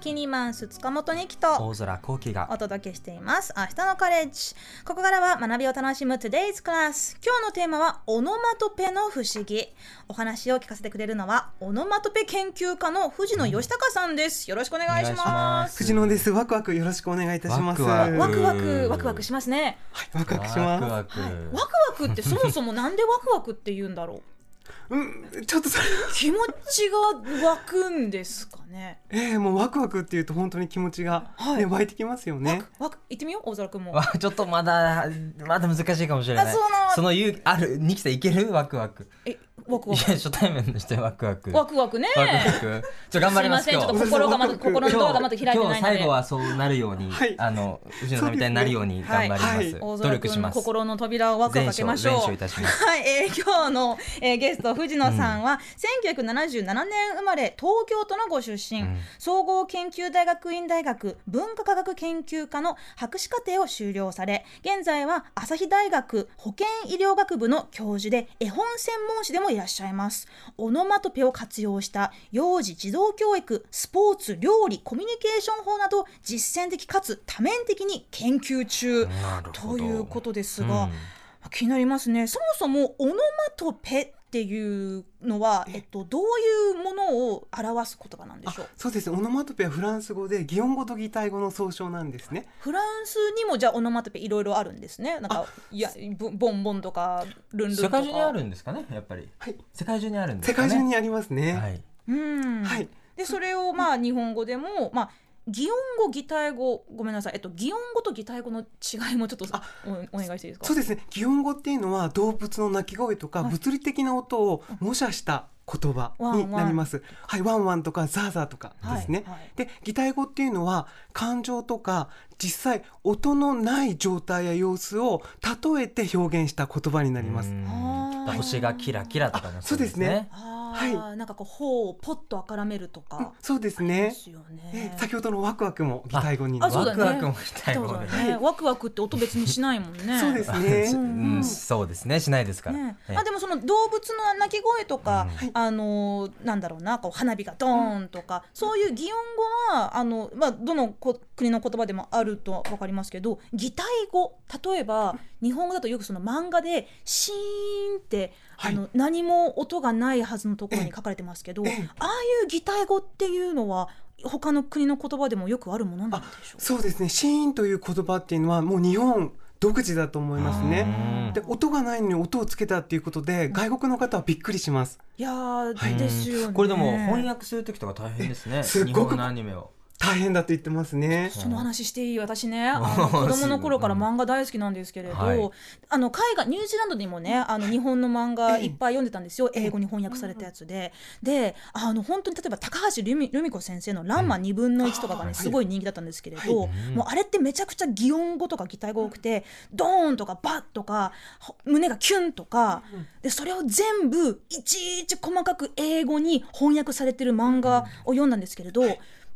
キニマンス塚本にきと大空幸輝おが届けしています明日のカレッジここからは学びを楽しむ Today's Class 今日のテーマはオノマトペの不思議お話を聞かせてくれるのはオノマトペ研究家の藤野義隆さんですよろしくお願いします藤野です。ワクワクよろしくお願いいたします。ワクワワクワクワクワクしますねはいワクワクします。ワクワはい、クワクワクってそもそも なんでワクワクって言うんだろううん、ちょっとそれ、 気持ちが湧くんですかねええもうワクワクっていうと本当に気持ちが、はいね湧いてきますよね。ワク行ってみよう大空くんもわちょっとまだまだ難しいかもしれないあそうなのその勇気あるニキさんいけるワクワクえワクいワやク初対面の人にワクワクワクワクねワクワクちょ頑張りますすいませんちょっと心が今日まだ今日心のドアがまだ開いてないので今日最後はそうなるように、はいあの藤野さんみたいになるように頑張ります、そうですね大努空力し君のます心の扉をワクワク開けましょう。前哨前哨いたしますはい、えー今日の、えーゲスト藤野さんは、1977年生まれ東京都のご出身、うん総合研究大学院大学文化科学研究科の博士課程を修了され現在は朝日大学保健医療学部の教授で絵本専門誌でもいらっしゃいますオノマトペを活用した幼児児童教育スポーツ料理コミュニケーション法など実践的かつ多面的に研究中なるほとどいうことですが、うん気になりますねそもそもオノマトペっていうのは、えっと、どういうものを表す言葉なんであしょう、そうです。オノマトペはフランス語で擬音語と擬態語の総称なんですね。フランスにもじゃあオノマトペいろいろあるんですねなんかいやボボンボンとかルンルンと世か界中にあるんですかねやっぱりはい。世界中にあるんです世かね界中にありますね。ははい。いうん、はいでそれをまあ日本語でもまあ擬音語擬態語ごめんなさい、えっと、擬音語と擬態語の違いもちょっとあおお願いしていいですかそうですね。擬音語っていうのは動物の鳴き声とかはい物理的な音を模写した言葉になります。はい。ワンワンとかザーザーとかですね。はいはいで擬態語っていうのは感情とか実際音のない状態や様子を例えて表現した言葉になります。うんあー星がキラキラとかもあそうですねあー、なんかこう頬をポッとあからめるとうんか、そうですでね。すよえね。先ほどのワクワクも擬態語になありそまうす。だワねクワクもしたいそうもんだねね。ワクワクって音別にしないもんね。そうですね。んうんそうですねしないですから、ねええまあでもその動物の鳴き声とか、うんあのーなんだろうなこう花火がドーンとか、そういう擬音語はあのまあどのこ国の言葉でもあるとはわかりますけど擬態語例えば日本語だとよくその漫画でシーンって、はあいの何も音がないはずのところに書かれてますけど、ええああいう擬態語っていうのは他の国の言葉でもよくあるものなんでしょうかそうですね。シーンという言葉っていうのはもう日本独自だと思いますね。うんで音がないのに音をつけたっていうことで外国の方はびっくりします。いやー、はいですよね。これでも翻訳する時とか大変ですねすっ日ごく本のアニメを大変だって言ってますね。その話していい私ね あの子供の頃から漫画大好きなんですけれど、はいあの海外ニュージーランドにもねあの日本の漫画いっぱい読んでたんですよ英語に翻訳されたやつでであの本当に例えば高橋留美留美子先生の「ランマ2分の1」とかがはねいすごい人気だったんですけれはどもうあれってめちゃくちゃ擬音語とか擬態語多くてドーンとかバッとかほ胸がキュンとかでそれを全部いちいち細かく英語に翻訳されてる漫画を読んだんですけれど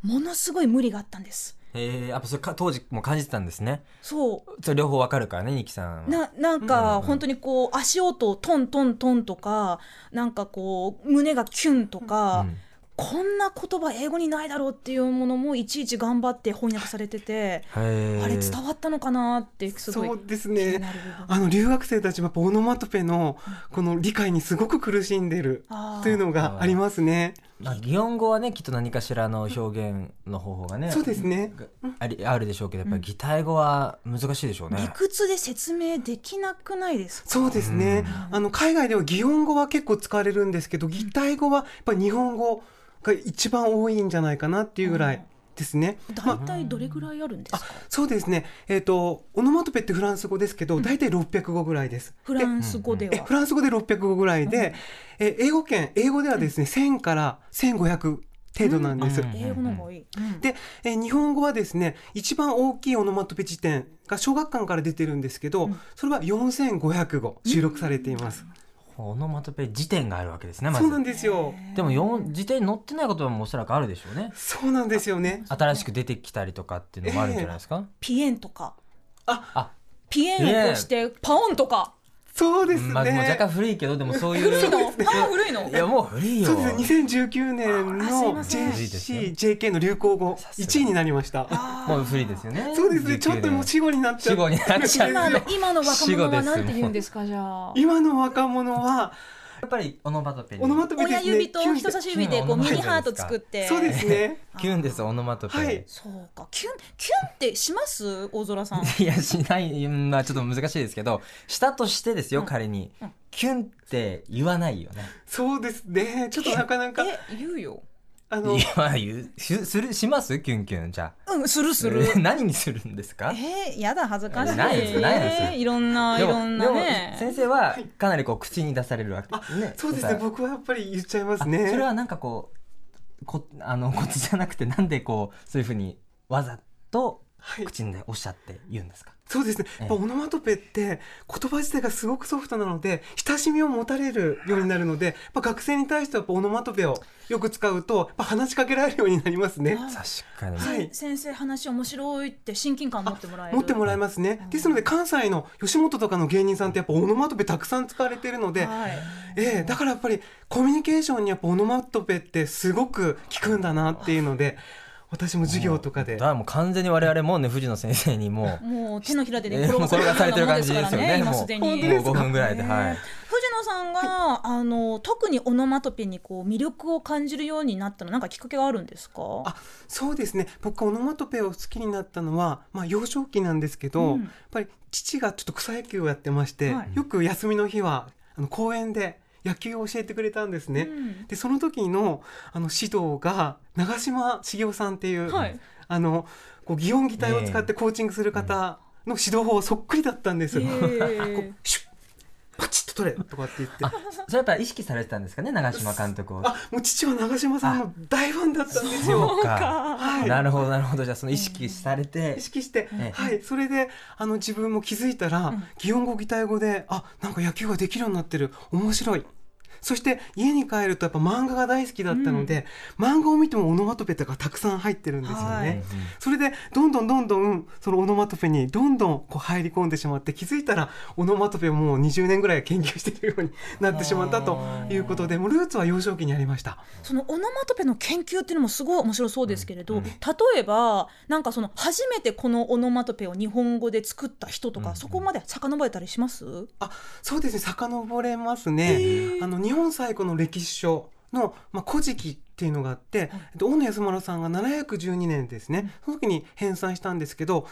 ものすごい無理があったんです。えー、やっぱそれか当時も感じてたんですねそうそれ両方わかるからねニキさんはななんうかん本当にこう足音をトントントンとかなんかこう胸がキュンとか、うんこんな言葉英語にないだろうっていうものもいちいち頑張って翻訳されてて、へーあれ伝わったのかなってすごいそうです気にね。なる部分。あの留学生たちはやっぱオノマトペのこの理解にすごく苦しんでるあーというのがありますね。まあ、擬音語はねきっと何かしらの表現の方法がねそうですね。ありあるでしょうけどやっぱり擬態語は難しいでしょうね理、屈で説明できなくないですかそうですね。あの海外では擬音語は結構使われるんですけど、擬態語はやっぱ日本語が一番多いんじゃないかなっていうぐらいですね。大体どれぐらいあるんですか、そうですね。えっ、とオノマトペってフランス語ですけど、大体600語ぐらいです。フランス語でえはフ。ランス語で600語ぐらいで、え英語圏英語ではですね、1000から1500程度なんです。うん英語の方がいい。うんで、えー日本語はですね一番大きいオノマトペ辞典が小学館から出てるんですけど、うんそれは4500語収録されています、オノマトペ辞典があるわけですねまそうなんずですよでもよん辞典に載ってない言葉もおそらくあるでしょうね そうなんですよね新しく出てきたりとかっていうのもあるんじゃないですか、ピエンとかああピエンをしてパオンとかそうですね。まあ、もう若干古いけどでもそういう古 いのパワー古いのいやもう古いよそうですね。2019年あすいまのせん JC、JK の流行語さすが1位になりました。あーもう古いですよねそうですね。ちょっともう死後になっち死ゃっ後になっちゃう今 の今の若者は死後ですなもんんて言うんですかじゃあ今の若者はやっぱりオノマトペにオノマトペで親すね。指と人差し指でこうキュンミキュンニハート作ってそうですね。キュンですオノマトペ、はいそうかキュンキュンってします大空さんいやしないうんまあちょっと難しいですけどしたとしてですよ、うん彼に、うんキュンって言わないよねそうですね。ちょっとなかなかえ言うよあのいや言うしするしますキュンキュンじゃうんするあする 何にするんですかえー、やだ恥ずかしいないですないですえーいろんないでもろんなねでも先生はかなりこう口に出されるわけですねそうですね。僕はやっぱり言っちゃいますあね。それはなんかこうこあのコツじゃなくてなんでこうそういうふうにわざとはい。口でおっしゃって言うんですか、そうですね。ええやっぱオノマトペって言葉自体がすごくソフトなので、親しみを持たれるようになるので、やっぱ学生に対してはやっぱオノマトペをよく使うと、やっぱ話しかけられるようになりますね。あ確かに、はいせ先生話面白いって親近感持ってもらえる持ってもらえますね。ですので関西の吉本とかの芸人さんってやっぱオノマトペたくさん使われているので、はいええだからやっぱりコミュニケーションにやっぱオノマトペってすごく効くんだなっていうので、私も授業とかでだか。らもう完全に我々もね藤野先生にももう手のひらでねえー転がされ転がされてる感じですよね今もうすでうにもう5分ぐらいで、ねはい藤野さんが、あの特にオノマトペにこう魅力を感じるようになったのなんかきっかけがあるんですかあそうですね僕がオノマトペを好きになったのは、まあ、幼少期なんですけど、うんやっぱり父がちょっと草野球をやってまして、はいよく休みの日はあの公園で野球を教えてくれたんですね。うんでその時のあの指導が長嶋茂雄さんっていう、はいあのこう擬音擬態を使ってコーチングする方の指導法そっくりだったんです。へーこ うシュッパチッと取れとかって言ってあそれやっぱり意識されてたんですかね長嶋監督をあもう父は長嶋さんの大ファンだったんですよ。そうかはい、なるほどなるほどじゃあその意識されて意、識して、ええはい、それであの自分も気づいたら、ん擬音語擬態語であなんか野球ができるようになってる面白いそして家に帰るとやっぱ漫画が大好きだったので、漫画を見てもオノマトペとかたくさん入ってるんですよね、はいそれでどんどんどんどんそのオノマトペにどんどんこう入り込んでしまって気づいたらオノマトペをもう20年ぐらい研究しているようになってしまったということでもうルーツは幼少期にありました。そのオノマトペの研究っていうのもすごい面白そうですけれど、うんうん例えばなんかその初めてこのオノマトペを日本語で作った人とか、うんそこまで遡れたりします、あそうですね遡れますね。あの日本最古の歴史書の「まあ、古事記」っていうのがあって、えっと、大野安丸さんが712年ですねその時に編纂したんですけど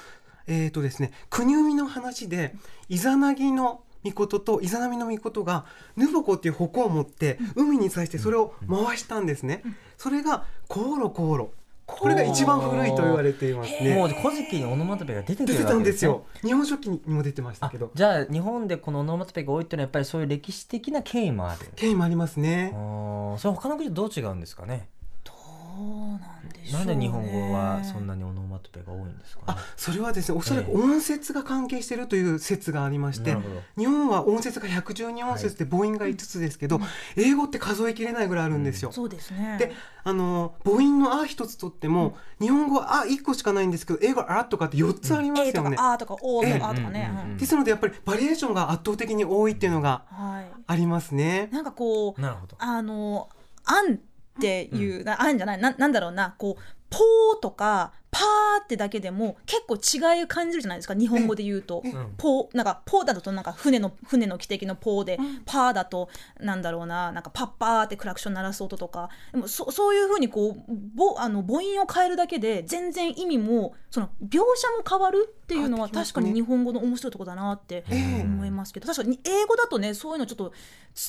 えっ、とですね国生みの話でイザナギの御事とイザナミの御事がヌボコっていう矛を持って海に刺してそれを回したんですね。それが航路航路これが一番古いと言われていますもね。う古事記にオノマトペが出てく出てるたわんけですねよ。日本書紀にも出てましたあけど。じゃあ日本でこのオノマトペが多いっていうのはやっぱりそういう歴史的な経緯もある経緯もありますね。あーそれ他の国とどう違うんですかねそうなんでしょなうんねで日本語はそんなにオノマトペが多いんですかねあそれはですねおそらくええ音節が関係しているという説がありまして、なるほど日本は音節が112音節で母音が5つですけど、英語って数えきれないぐらいあるんですよ。そうですねであの母音の「あ」一つとっても、日本語は「あ」1個しかないんですけど英語は「あ」とかって4つあります A とよね。か A とか O とか A とかね、うんうんうんうんですのでやっぱりバリエーションが圧倒的に多いっていうのがうんはいありますね。なんかこうなるほどあの「あん」っていう、なあんじゃないななんだろうなこう「ポー」とか「パー」ってだけでも結構違いを感じるじゃないですか日本語で言うとええ。うんポーなんかポーだとなんか船の船の汽笛のポーで、パーだとなんだろうななんかパッパーってクラクション鳴らす音とかでもそそういうふうにこうぼあの母音を変えるだけで全然意味もその描写も変わるっていうのは変わって確きかますねに日本語の面白いとこだなってええ思いますけど、確かに英語だとねそういうのちょっと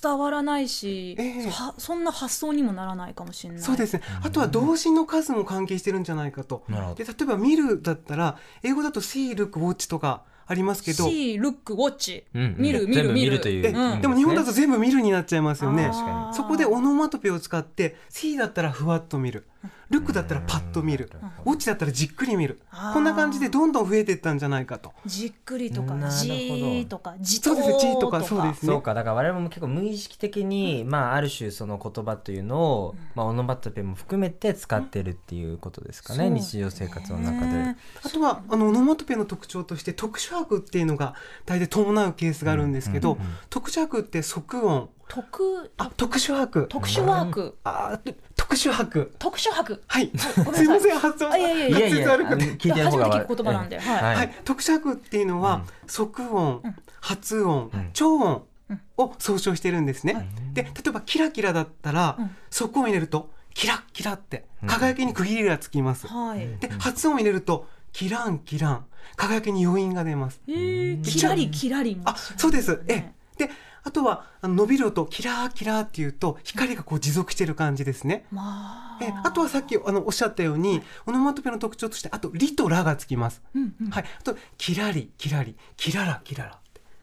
伝わらないし、ええはそんな発想にもならないかもしれない。そうですね。あとは動詞の数も関係してるんじゃないかと。なるほどで例えば見るだったら英語だと see look watch とかありますけど。 See, look, watch、うんうん見る見全る部見見るるというえうんでも日本だと全部見るになっちゃいますよねあーそこでオノマトペを使って C だったらふわっと見る、ルックだったらパッと見るウォッチだったらじっくり見るあーこんな感じでどんどん増えていったんじゃないかとじっくりとなるかほどじーとかじとそうですねじーーととかかそうですそうねかだから我々も結構無意識的に、まあ、ある種その言葉というのを、まあ、オノマトペも含めて使ってるっていうことですかね、そう日常生活の中でね。あとはあのオノマトペの特徴として特殊拍っていうのが大体伴うケースがあるんですけど、うんうんうん特殊拍って即音特あ特殊拍特殊ワークあー特殊拍特殊博はいごめすんいまなさいせん発音あいやいやいいやや滑い舌やあ悪のくて聞いてる方が初めて聞く言葉なんでええはいはい、特殊拍っていうのは、即音、うん発音、うん超音うんを総称してるんですね。で例えばキラキラだったら、うん即音入れるとキラッキラってうん輝きに区切りがつきます。はいで発音入れるとキランキラン輝きに余韻が出ます。えーキラリキラリもあそうです。ええであとはあの伸びる音キラーキラーっていうと光がこう持続してる感じですね。まあえあとはさっきあのおっしゃったようにオノマトペの特徴としてあと「リ」と「ラ」がつきます。うんうんはい、あとキラリキラリキララキララ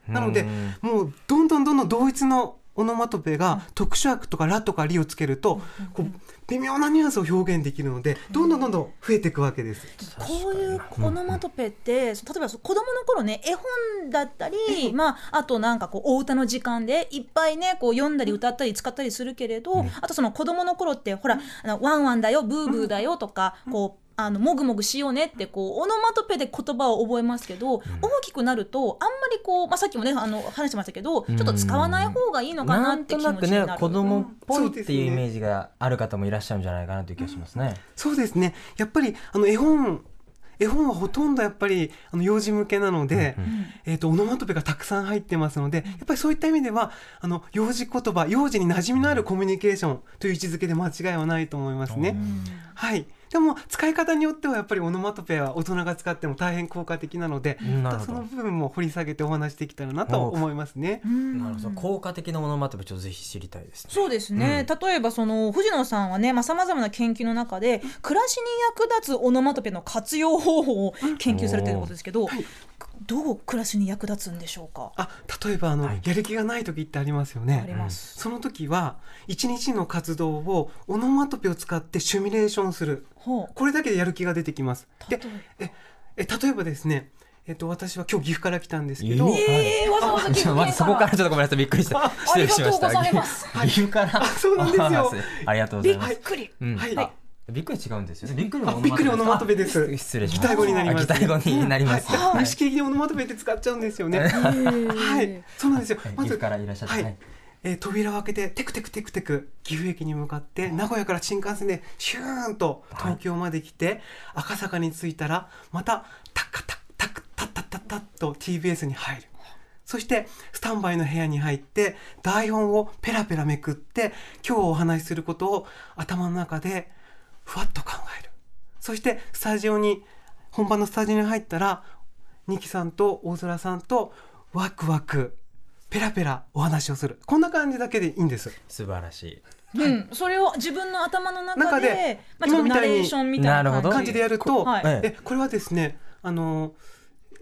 うんなのでうんもうどんどんどんどん同一のオノマトペが特殊悪とかラとかリをつけるとこう微妙なニュアンスを表現できるのでどんどんどんどん増えていくわけです。こういうオノマトペって、その例えばその子供の頃ね絵本だったり、まあ、あとなんかこうお歌の時間でいっぱいねこう読んだり歌ったり使ったりするけれど、あとその子供の頃ってほら「あのワンワンだよブーブーだよ」とか、こうあのもぐもぐしようねってこうオノマトペで言葉を覚えますけど、大きくなるとあんまりこう、まあ、さっきもねあの話してましたけど、ちょっと使わない方がいいのかななっんてと気持なちくにねなる。子供っぽいそうっですてねいうイメージがある方もいらっしゃるんじゃないかなという気がしますね。そうですねやっぱりあの絵本絵本はほとんどやっぱりあの幼児向けなので、うんえー、とオノマトペがたくさん入ってますのでやっぱりそういった意味ではあの幼児言葉幼児に馴染みのあるコミュニケーションという位置づけで間違いはないと思いますね。はい、でも使い方によってはやっぱりオノマトペは大人が使っても大変効果的なので、うんなるほそどの部分も掘り下げてお話しできたらなとおう思いますね。うんなるほど効果的なオノマトペちょっとぜひ知りたいですね。そうですね、例えばその藤野さんはねさまざ、まな研究の中で暮らしに役立つオノマトペの活用方法を研究されてることですけど、どう暮らしに役立つんでしょうか、あ例えばあの、はいやる気がない時ってありますよありね。ます、その時は一日の活動をオノマトペを使ってシミュレーションするほうこれだけでやる気が出てきます。例えでばえ例えばですね、えっと私は今日岐阜から来たんですけど、ええー、わざわざちょっと待ってそこからちょっとごめんなさいびっくりした失礼しましたありがとうございます岐阜からそうなんですよあありがとうござびいっますくり、うんはいあびっくり違うんですよねびっくりあびっくりオノマトペでです。失礼し擬ました態語になります、あ擬態語になりますうんはいはい虫切りでオノマトペって使っちゃうんですよね。 えはえーい、そうなんですよはい。岐まず阜からいらっしゃっはていえー扉を開けてテクテクテクテク岐阜駅に向かって名古屋から新幹線でシューンと東京まで来て、赤坂に着いたらまたタッカタッタッタッタッタッタッと TBS に入るそしてスタンバイの部屋に入って台本をペラペラめくって今日お話しすることを頭の中でふわっと考えるそしてスタジオに本番のスタジオに入ったら二木さんと大空さんとワクワクペラペラお話をするこんな感じだけでいいんです素晴らしいうん、それを自分の頭の中中ででまあ、ちょっと今みナたいにレーションみたいななるほど感じ感じでやると、はいえええこれはですねあの、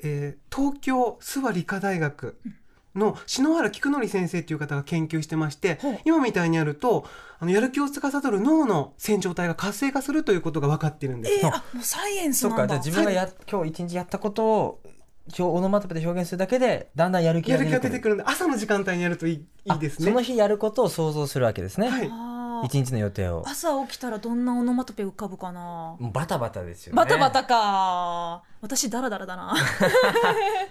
えー東京諏訪理科大学の篠原菊則先生という方が研究してましてほう今みたいにやるとあのやる気を司る脳の線状体が活性化するということが分かってるんです。えー、あもうサイエンスそっなんかじゃあだ自分がや今日一日やったことを今日オノマトペで表現するだけでだんだんやる気やがる出気てがく出るてくるんで朝の時間帯にやるといいいいですあそねの。日やることを想像するわけですね、はいあー一日の予定を朝起きたらどんなオノマトペ浮かぶかなもうバタバタですよねバタバタか私ダラダラだな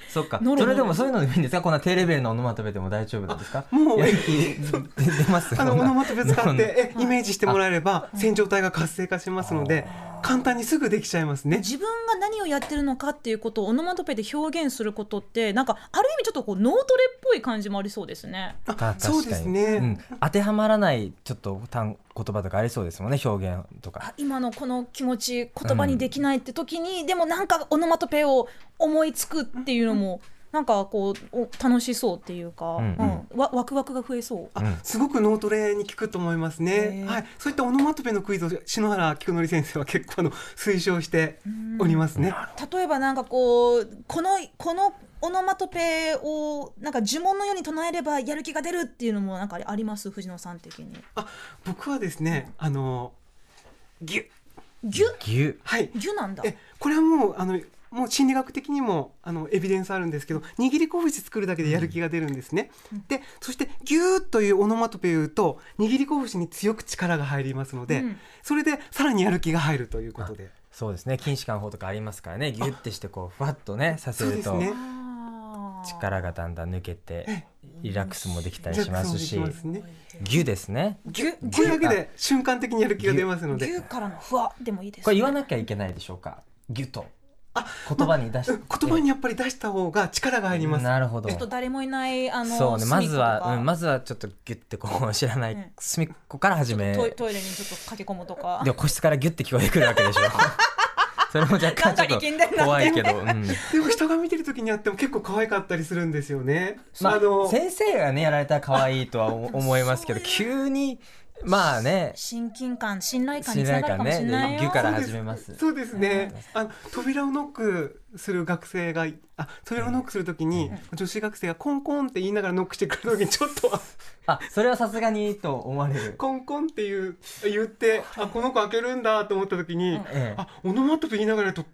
そっかノロノロそれでもそういうのでもいいんですかこんな低レベルのオノマトペでも大丈夫なんですかもうやる気出ますあのオノマトペ使そっんなてえイメージしてもらえれば線状体が活性化しますので簡単にすぐできちゃいますね。自分が何をやってるのかっていうことをオノマトペで表現することってなんかある意味ちょっとこう脳トレっぽい感じもありそうですね。ああ確かにそうですね、うん、当てはまらないちょっと単言葉とかありそうですもんね表現とかあ今のこの気持ち言葉にできないって時に、でもなんかオノマトペを思いつくっていうのもなんかこうお楽しそうっていうか、うんうんわワクワクが増えそう。あうんすごく脳トレに効くと思いますへねー。はい、そういったオノマトペのクイズを篠原菊則先生は結構あの推奨しておりますね。例えばなんかこうこのこのオノマトペをなんか呪文のように唱えればやる気が出るっていうのもなんかあります藤野さん的に。あ、僕はですね、あのギュッぎゅぎゅはいぎゅなんだえこれはもうあのもう心理学的にもあのエビデンスあるんですけど握り拳作るだけでやる気が出るんですね、うんでそして「ギュー」というオノマトペを言うと握り拳に強く力が入りますので、うんそれでさらにやる気が入るということでそうですね筋弛緩法とかありますからねぎゅってしてこうふわっとねさせるそとうですねあー力がだんだん抜けてリラックスもできたりしますしリラックスもできますねぎゅですねギュこれだけで瞬間的にやる気が出ますので牛からのふわでもいいですね。これ言わなきゃいけないでしょうかぎゅと言葉に出して、うん言葉にやっぱり出した方が力が入ります、なるほどちょっと誰もいないあのそうねまずは、うん、ままずはちょっとギュってこう知らない、うん隅っこから始めトイトイレにちょっと駆け込むとかで。も個室からギュって聞こえてくるわけ でしょそれも若干ちょっなんか力んでんなってと怖いけど、うんでも人が見てる時にやっても結構可愛かったりするんですよね、まあのあ、先生がねやられたら可愛いとは思思います けどそう急にまあね親近感信頼感に信つな頼がるかも感しねれないよ。で牛から始めますそうですね。あの扉をノックする学生がいあ扉をノックするときに、女子学生がコンコンって言いながらノックしてくるときにちょっ とああそれはさすがにと思われる、コンコンっていう言ってあこの子開けるんだと思ったときに、ええあオノマトペ言いながらやると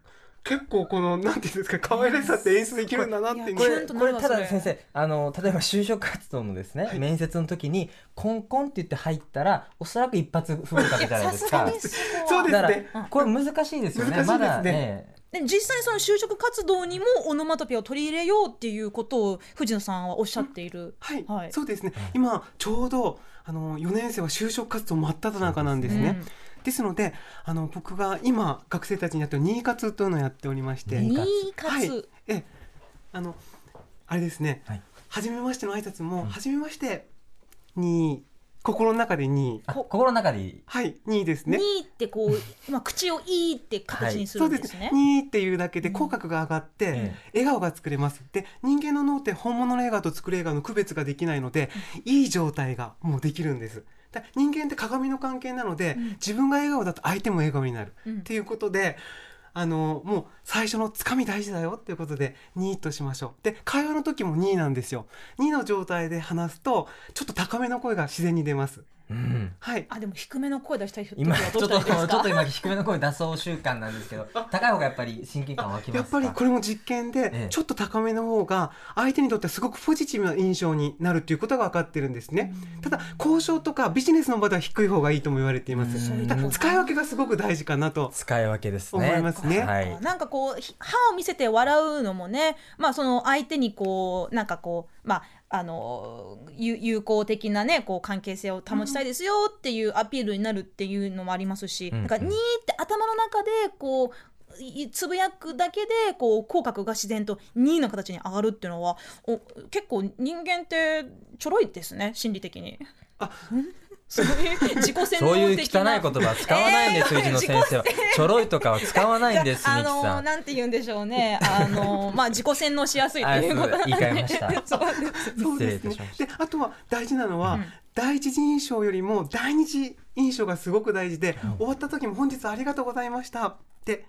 結構このなんていうんですか可愛らしさって演出できるんだなっていうここれれちょっとこれなたんだかそれ先生あの例えば就職活動のですね、はい面接の時にコンコンって言って入ったらおそらく一発不合格じゃさないですすがかに。そこそはうですだかねらこれ難しいですよね難しいでますねだねで実際にその就職活動にもオノマトペを取り入れようっていうことを藤野さんはおっしゃっている。はい、はいそうですね今ちょうどあの4年生は就職活動真っ只中なんですね、ですのであの僕が今学生たちにやってる新活というのをやっておりましてうん。妊ニ活ーカはいツ。ええあのあれですね、はい初めましての挨拶も、うん初めましてに心の中でにあ心の中でいいはいにですニねーってこうまあ口をいいって形にすそるうんでですすね。ねにっていうだけで口角が上がって、え笑顔が作れますで人間の脳って本物の笑顔と作る笑顔の区別ができないので、いい状態がもうできるんですだ人間って鏡の関係なので、うん自分が笑顔だと相手も笑顔になるうんっていうことで、あのもう最初のつかみ大事だよっていうことで2としましょうで会話の時も2なんですよ2の状態で話すとちょっと高めの声が自然に出ますうんはいあでも低めの声出したい人今ちはどうょっしとたらいいですちょっとか。今低めの声出そう習慣なんですけど高い方がやっぱり親近感湧きやまっすかぱりこれも実験で、ええちょっと高めの方が相手にとってはすごくポジティブな印象になるということが分かってるんですねただ交渉とかビジネスの場では低い方がいいとも言われていまうんすだから使い分けがすごく大事かなと使い分けですね思いますねはいなんかこうひ歯を見せて笑うのもね、まあ、その相手にこうなんかこう、まあ、あの有友好的な、ね、こう関係性を保ちたいですよっていうアピールになるっていうのもありますし、うんなんか「に」って頭の中でこういつぶやくだけでこう口角が自然と「に」の形に上がるっていうのはお結構人間ってちょろいですね心理的に。 あそういう自己洗脳的なそういう汚い言葉は使わないんです、えー藤野先生は。ちょろいとかは使わないんです、あみきさのん。なんて言うんでしょうね。あ のまあ自己洗脳しやすいとあ、いすいうことなんで。言い換えました。 そうですそう失礼でいすたねしましであとは大事なのは、うん第一印象よりも第二次印象がすごく大事で、終わった時も「本日ありがとうございました」って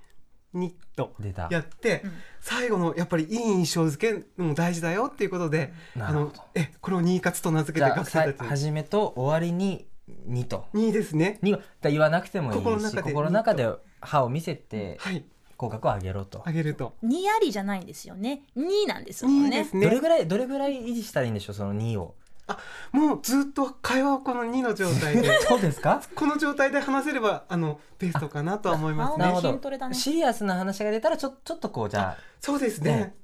ニッと出た。やって、うん最後のやっぱりいい印象付けも大事だよっていうことで、うんあなるのほどえこれを「ニー活」と名付じけてゃ学あ、生さたちに。初めと終わりに2と。にですね。 2はだ言わなくてもいいし、心の中で心の中で歯を見せて、はい、口角を上げろとあ。げると。にやりじゃないんですよね。になんですもんにね。ですどれね。ぐらい、どれぐらい維持したらいいんでしょう、その2を。もうずっと会話をこの2の状態 で、そうですかこの状態で話せればあのベストかなとは思いますなる青のほね。筋トレだど。ねシリアスな話が出たら、ちょちょっとこう、じゃそうですね。ね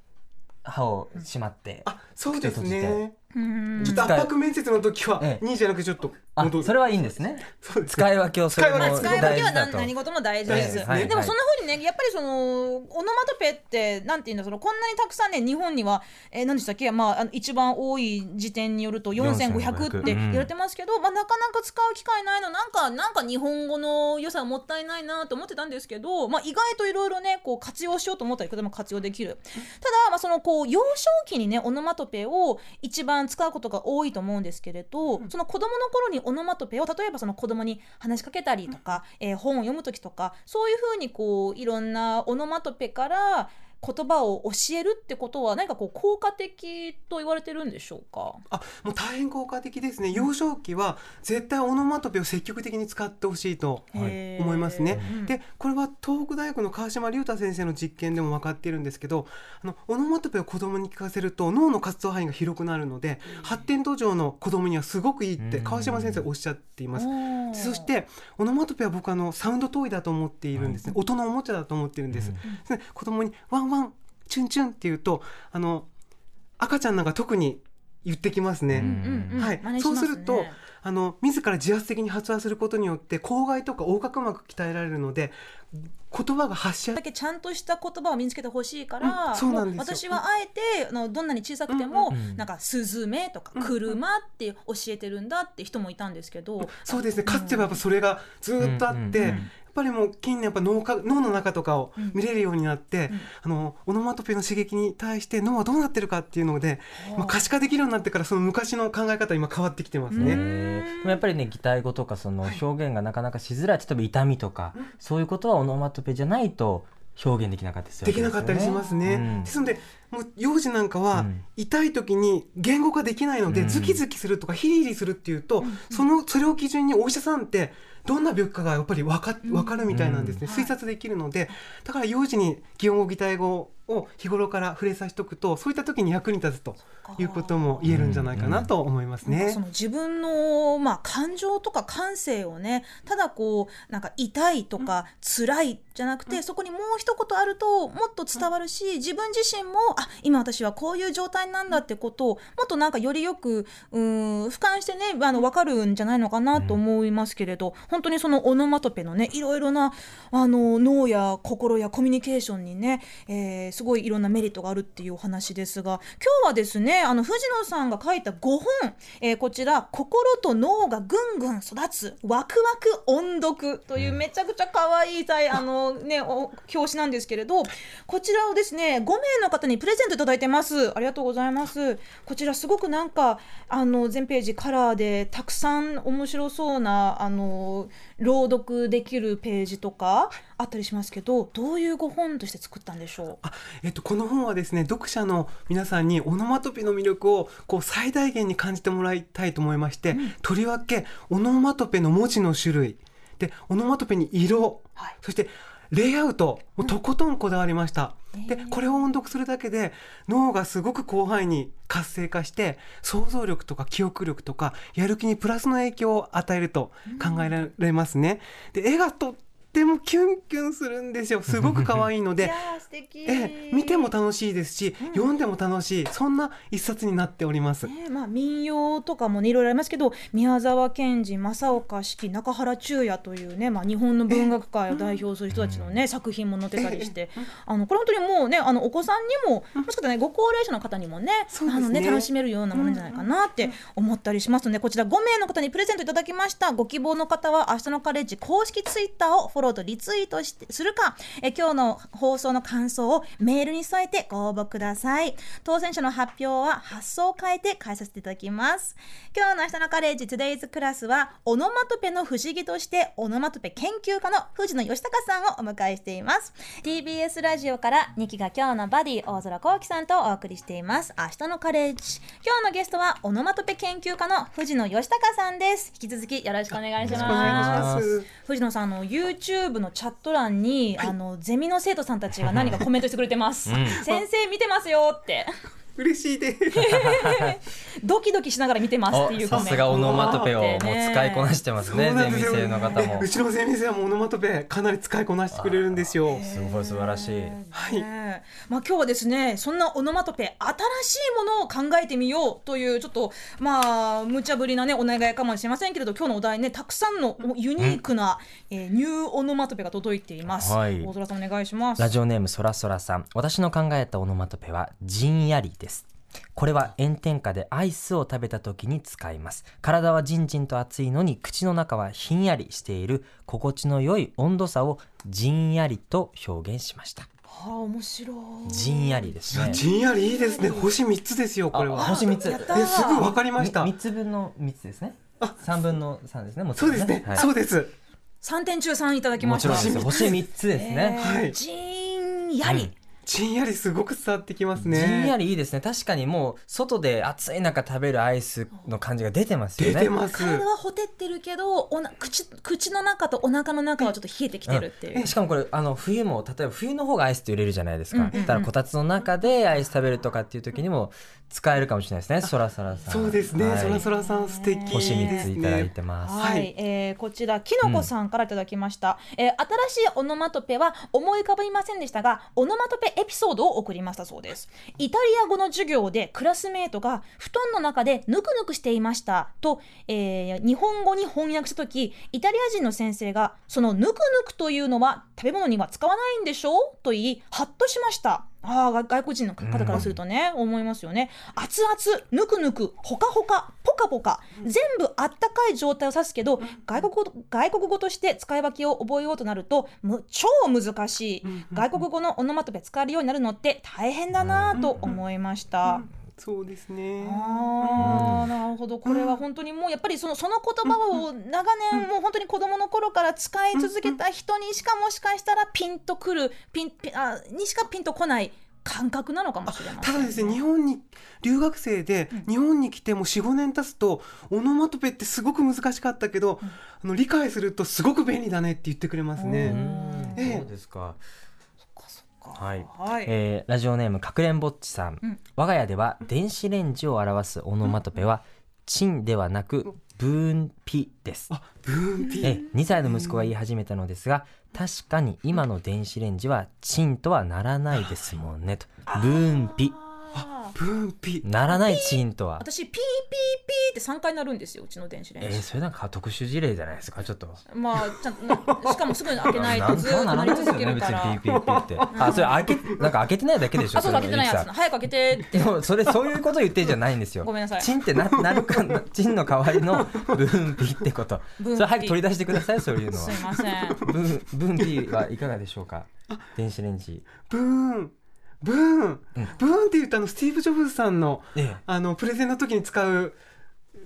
あ、歯をしまって。あ、そうですね。うーんちょっと圧迫面接の時はええ2じゃなくてちょっとあ、戻る。それはいいんですね。そうですね。使い分けをするの使いまあも分け使い分大けは事だ何と。何事も大事です。大事ですねでもそんなふうにね、やっぱりそのオノマトペってなんていうんだ、そのこんなにたくさんね、日本にはえー何でしたっけ、まああの一番多い時点によると4500ってうん言われてますけど、まあなかなか使う機会ないの、なんかなんか日本語の良さもったいないなと思ってたんですけど、まあ意外といろいろね、こう活用しようと思ったらいくらでも活用できる。ただまあそのこう幼少期にね、オノマトペを一番使うことが多いと思うんですけれど、その子供の頃にオノマトペを例えばその子供に話しかけたりとか、えー本を読む時とかそういうふうにこういろんなオノマトペから言葉を教えるってことは何かこう効果的と言われてるんでしょうかあもう大変効果的ですね幼少期は絶対オノマトペを積極的に使ってほしいとはいへー思いますねうんでこれは東北大学の川島隆太先生の実験でも分かっているんですけどあのオノマトペを子供に聞かせると脳の活動範囲が広くなるので発展途上の子供にはすごくいいってうん川島先生おっしゃっています。おーそしてオノマトペは僕あのサウンドトイだと思っているんですね、音のおもちゃだと思ってるんです、うんですね子供にワンワンチュンチュンって言うとあの赤ちゃんなんか特に言ってきますね、ううんんうんはい真似しますねそうするとあの自ら自発的に発話することによって口外とか横隔膜鍛えられるので言葉が発し合だけちゃんとした言葉を身につけてほしいから、うんそうなんですよも私はあえてあのどんなに小さくても、うんうんなんか「スズメ」とかう「ん車」って教えてるんだって人もいたんですけど、そうですねかつてはやっぱそれがずっとあって、うんうんうんやっぱりもう近年やっぱ脳か脳の中とかを見れるようになって、うんあのオノマトペの刺激に対して脳はどうなってるかっていうので、まあ、可視化できるようになってからその昔の考え方今変わってきてますうね。んでもやっぱりね擬態語とかその表現がなかなかしづらい、例えば痛みとかそういうことはオノマトペじゃないと表現できなかったりするできなかったりしますすね。うんですのでもう幼児なんかは、うん痛い時に言語化できないので、うんズキズキするとかヒリヒリするっていうと、そのそれを基準にお医者さんってどんな病気かがやっぱり分か分かるみたいなんですね、うん推察できるのでだから幼児に擬音語擬態語を日頃から触れさせておくとそういった時に役に立つということも言えるんじゃないかなと思いますなんね。かその自分の、まあ、感情とか感性をねただこうなんか痛いとか辛いじゃなくて、そこにもう一言あるともっと伝わるし、自分自身もあ今私はこういう状態なんだってことをもっとなんかよりよくうーん俯瞰してねあの分かるんじゃないのかなと思いますけれど、本当にそのオノマトペのねいろいろなあの脳や心やコミュニケーションにね、えーすごいいろんなメリットがあるっていうお話ですが今日はですねあの藤野さんが書いた5本、えーこちら「心と脳がぐんぐん育つワクワク音読」というめちゃくちゃ可愛いさいあの、ね、お表紙なんですけれどこちらをですね5名の方にプレゼントいただいてますありがとうございますこちらすごくなんかあの全ページカラーでたくさん面白そうなあの朗読できるページとかあったりしますけどどういう5本として作ったんでしょうあえっと、この本はですね読者の皆さんにオノマトペの魅力をこう最大限に感じてもらいたいと思いまして、とりわけオノマトペの文字の種類でオノマトペに色、はいそしてレイアウトもうとことんこだわりました、でこれを音読するだけで脳がすごく広範囲に活性化して想像力とか記憶力とかやる気にプラスの影響を与えると考えられますね。で絵がとってもキュンキュンするんですよすごく可愛いのいでやー素敵ええ、見ても楽しいですし、読んでも楽しいそんな一冊になっております。ねまあ、民謡とかもねいろいろありますけど宮沢賢治正岡子規中原中也というね、まあ、日本の文学界を代表する人たちのね作品も載ってたりしてあのこれ本当にもうねあのお子さんにももしかしたらねご高齢者の方にもねそうですあね。のね楽しめるようなものじゃないかなって思ったりしますのでこちら5名の方にプレゼントいただきましたご希望の方は明日のカレッジ公式ツイッターをフォローとリツイートしてするかえ今日の放送の感想をメールに添えてご応募ください当選者の発表は発送を変えて返させていただきます今日の明日のカレッジ Today's クラスはオノマトペの不思議としてオノマトペ研究家の藤野義孝さんをお迎えしています TBS ラジオから2期が今日のバディ大空幸喜さんとお送りしています明日のカレッジ今日のゲストはオノマトペ研究家の藤野義孝さんです引き続きよろしくお願いしよろしくおます願いします藤野さんあの YouTube のチャット欄に、あのゼミの生徒さんたちが何かコメントしてくれてます、うん先生見てますよって嬉しいです。ドキドキしながら見てますっていうおコさメントすがオノマトペをもう使いこなしてますねゼそうなんでミすよ生の方 もうちのゼミ生はもうオノマトペかなり使いこなしてくれるんですよ。すごい素晴らしいはいねえまあ、今日はですねそんなオノマトペ新しいものを考えてみようというちょっとまあ無茶ぶりなねお願いかもしれませんけれど今日のお題ねたくさんのおユニークな、えーニューオノマトペが届いています、はい大空さんお願いしますラジオネームそらそらさん私の考えたオノマトペはじんやりですこれは炎天下でアイスを食べた時に使います体はじんじんと熱いのに口の中はひんやりしている心地の良い温度差をじんやりと表現しましたはあ面白いじんやりですいやねじんやりいいですね。星三つですよこれあは。星三つやったーえすぐわかりましたみ。三つ分の三つですね三分の三ですねもちそろうんですね。はいそうです。 3点中3いただきもましちたろんです星三星三つつですね、えーはいじんやり、うんじんやりすごく伝わってきますねじんやりいいですね確かにもう外で暑い中食べるアイスの感じが出てますよね出てます体はほてってるけどおな口口の中とお腹の中はちょっと冷えてきてるっていうしかもこれあの冬も例えば冬の方がアイスって売れるじゃないですか、うんうんうんただこたつの中でアイス食べるとかっていう時にも使えるかもしれないですねそらそらさんそうですね、はいそらそらさん素敵ですね星3ついただいてます、はい、はいえーこちらきのこさんからいただきました、えー新しいオノマトペは思い浮かびませんでしたがオノマトペエピソードを送りましたそうですイタリア語の授業でクラスメートが布団の中でぬくぬくしていましたと、えー日本語に翻訳した時イタリア人の先生がそのぬくぬくというのは食べ物には使わないんでしょうと言いハッとしましたあーが外国人の方からするとね、思いますよね熱々ぬくぬくほかほかポカポカ全部あったかい状態を指すけど外国語外国語として使い分けを覚えようとなるとむ超難しい、うんうん外国語のオノマトペ使えるようになるのって大変だなぁと思いました。そうですねあうーんなるほどこれは本当にもうやっぱりそのその言葉を長年もう本当に子どもの頃から使い続けた人にしかもしかしたらピンとくるピンピンあにしかピンとこない感覚なのかもしれませたん、だですね日本に留学生で日本に来ても45年経つとオノマトペってすごく難しかったけど、あの理解するとすごく便利だねって言ってくれますうね。んええそうですかはいはいえーラジオネームかくれんぼっちさん、うん我が家では電子レンジを表すオノマトペは「チン」ではなく「ブーンピ」ですあブーンピえ2歳の息子が言い始めたのですが確かに今の電子レンジはチンとはならないですもんねとブーンピあーブーンピならないチンとは私ピーピーピーって三回なるんですようちの電子レえンージ、それなんか特殊事例じゃないですかちょっとまあちゃんとなしかもすぐに開けない なとんずとーっかとな鳴らりないで続すよけねるか別にら、ピーピーって あそれ開けなんか開けてないだけでしょあそうだ開けてないやつな早く開けてってでもそれそういうこと言ってんじゃないんですよ。ごめんなさいチンってなな るかチンの代わりのブーンピーってこと。そブーンピーれ早く取り出してくださいそういうのはすい。ませんブーンブーンピーはいかがでしょうか。電子レンジ。ブーンブーンうんブーンって言ったのスティーブ・ジョブズさんのえあのプレゼンの時に使う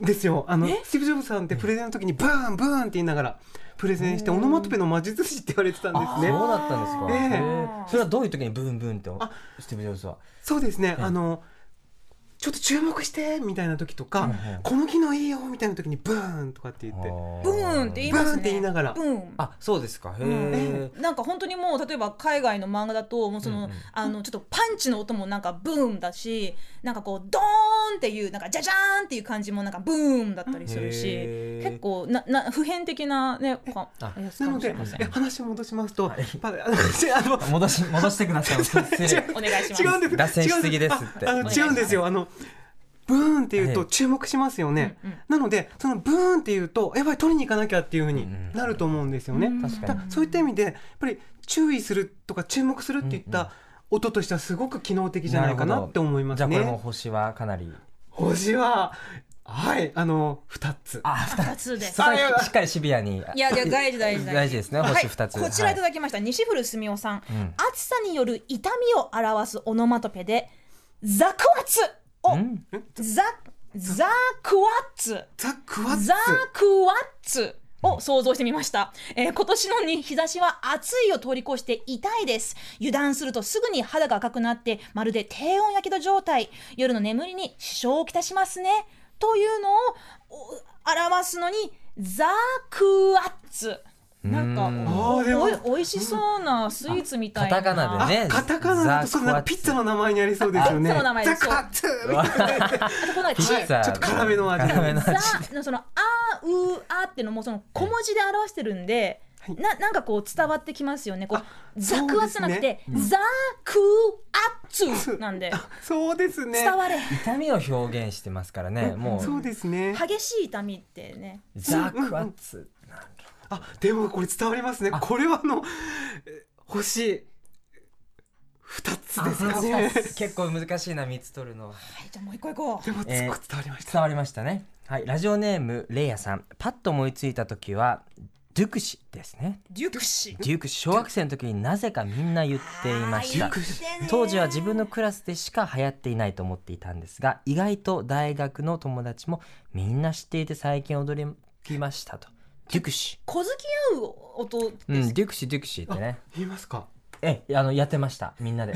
ですよあのえスティーブ・ジョブズさんってプレゼンの時にブーンブーンって言いながらプレゼンしてオノマトペの魔術師って言われてたんですえ。ね。そうだったんですか。ええへえそれはどういう時にブーンブーンってあスティーブ・ジョブズは。そうですね、ええあのちょっと注目してみたいな時とか、うんうんこの機能いいよみたいな時にブーンとかって言ってブーンって言いまますブーねンって言いながらブーンあそうですか。へうんえ。なんか本当にもう例えば海外の漫画だともうその,、うんうんあのちょっとパンチの音もなんかブーンだしなんかこうドーンっていうなんかジャジャーンっていう感じもなんかブーンだったりするしへー結構なな普遍的なねかあやつなかのもしれでませんえ話戻しますと、はいパあの せあの戻し戻してください。失礼お願いします違うんです脱線しすぎですって違うんですああの違うんですよあのブーンって言うはとい注目しますよね、うんうんなのでそのブーンって言うとやばい取りに行かなきゃっていうふううにんなると思うんですよね、うん確かだにからそういった意味でやっぱり注意するとか注目するっていっうんうた音としてはすごく機能的じゃないかなって思いますじゃあこね。れも星はかなり。星ははいあの二つあ二二つですそこはしっかりシビアに。いやいや大事大事大事ですね。はい星二つ。こちらいたはいだきました、西古澄夫さん、ん暑さによる痛みを表すオノマトペでザクワツをうんザザクワツザ・クワッツザクワッツを想像してみました、えー今年のに日差しは暑いを通り越して痛いです油断するとすぐに肌が赤くなってまるで低温やけど状態夜の眠りに支障をきたしますねというのをお表すのにザクワッツなんかうんおあーでもおいおいしそうなスイーツみたいなあカタカナあでねカタカナだとザそれなクワッんかツピッツァの名前にありそうですよねあピッツァの名前ザ・クワッツみたいなねあとこのピチッツァちょっと辛めの味辛めの味ザのその「あうあ」っていうのもその小文字で表してるんで、はいななんかこう伝わってきますよねこうあザクワッツじゃなくて、ザクアッツなんであそうですね伝われ痛みを表現してますからね。もそううですね激しい痛みってねザクワッツ。なるあでもこれ伝わりますねあこれはあのえ星二つほでどすかね結構難しいな三つ取るのは。はいじゃあもう一個行こでもすごくえ伝ーわりました伝わりましたね。はいラジオネームレイヤさん。パッと思いついた時はデュクシですね。うデュクシデュクシ小学生の時になぜかみんな言っていましあたー。言ってね当時は自分のクラスでしか流行っていないと思っていたんですが意外と大学の友達もみんな知っていて最近踊りきましたとデュクシ小突き合う音うんデュクシデュクシってね言いますかええあのやってましたみんなで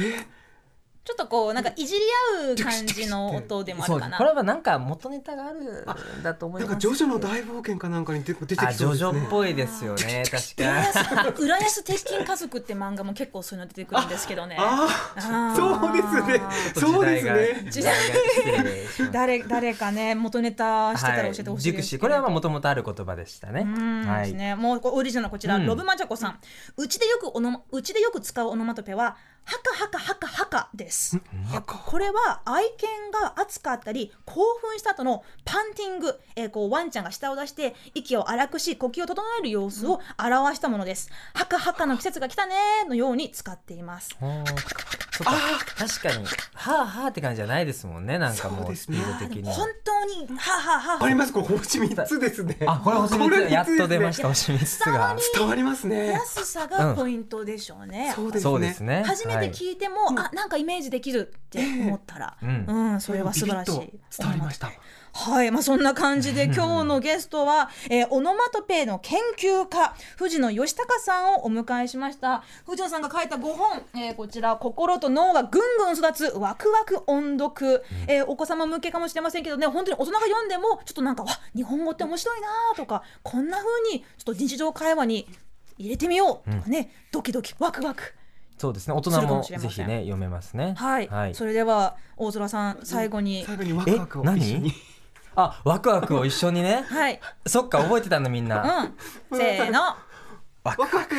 ちょっとこうなんかいじり合う感じの音でもあそるうかなこれはなんか元ネタがあるんだと思いなんますかジョジョの大冒険かなんかに出て出てあきジそうョでジすョねっ。ぽいですよね確浦かに安浦安鉄筋家族って漫画も結構そういうの出てくるんですけどねああーあ、そうですね。そうですね。時代が時代が来てる誰誰かね元ネタしてたら教えてほしいはです熟け知どこれはもともとある言葉でしたねうんはですいね、もうこオリジナルのこちら、うんロブマジャコさんうちでよくおのうちでよく使うオノマトペは「ハカハカハカハカ」ですハカこれは愛犬が熱かったり興奮した後のパンティング、えーこうワンちゃんが舌を出して息を荒くし呼吸を整える様子を表したものです「ハカハカの季節が来たね」のように使っていますほーそっか確かにはあはあって感じじゃないですもんねなんかもそううでスすピねード的に本当に「ハハハわかります。これ星三つですね。あこれ星3つやっと出ましした星3つがた。伝わりますね。安さがポイントでしょうね、そうですね。そうですね初めてい聞いても、あなんかイメージできるって思ったら、ええううんそれは素晴らしいビビッと伝わりました。はい、まあ、そんな感じで今日のゲストは、えーオノマトペの研究家藤野義孝さんをお迎えしました藤野さんが書いた5本、えーこちら「心と脳がぐんぐん育つワクワク音読」えーお子様向けかもしれませんけどね本当に大人が読んでもちょっとなんか「わ日本語って面白いな」とかこんな風にちょっと日常会話に入れてみようとかね、ドキドキワクワク。そうですね大す人るかももしれぜませんひね読めますねはい、それでは大空さん最後に、最後にワクワクを一緒に。あワクワクを一緒にねはい、 そっか覚えてたんだみんなうん、せーの。ワクワク。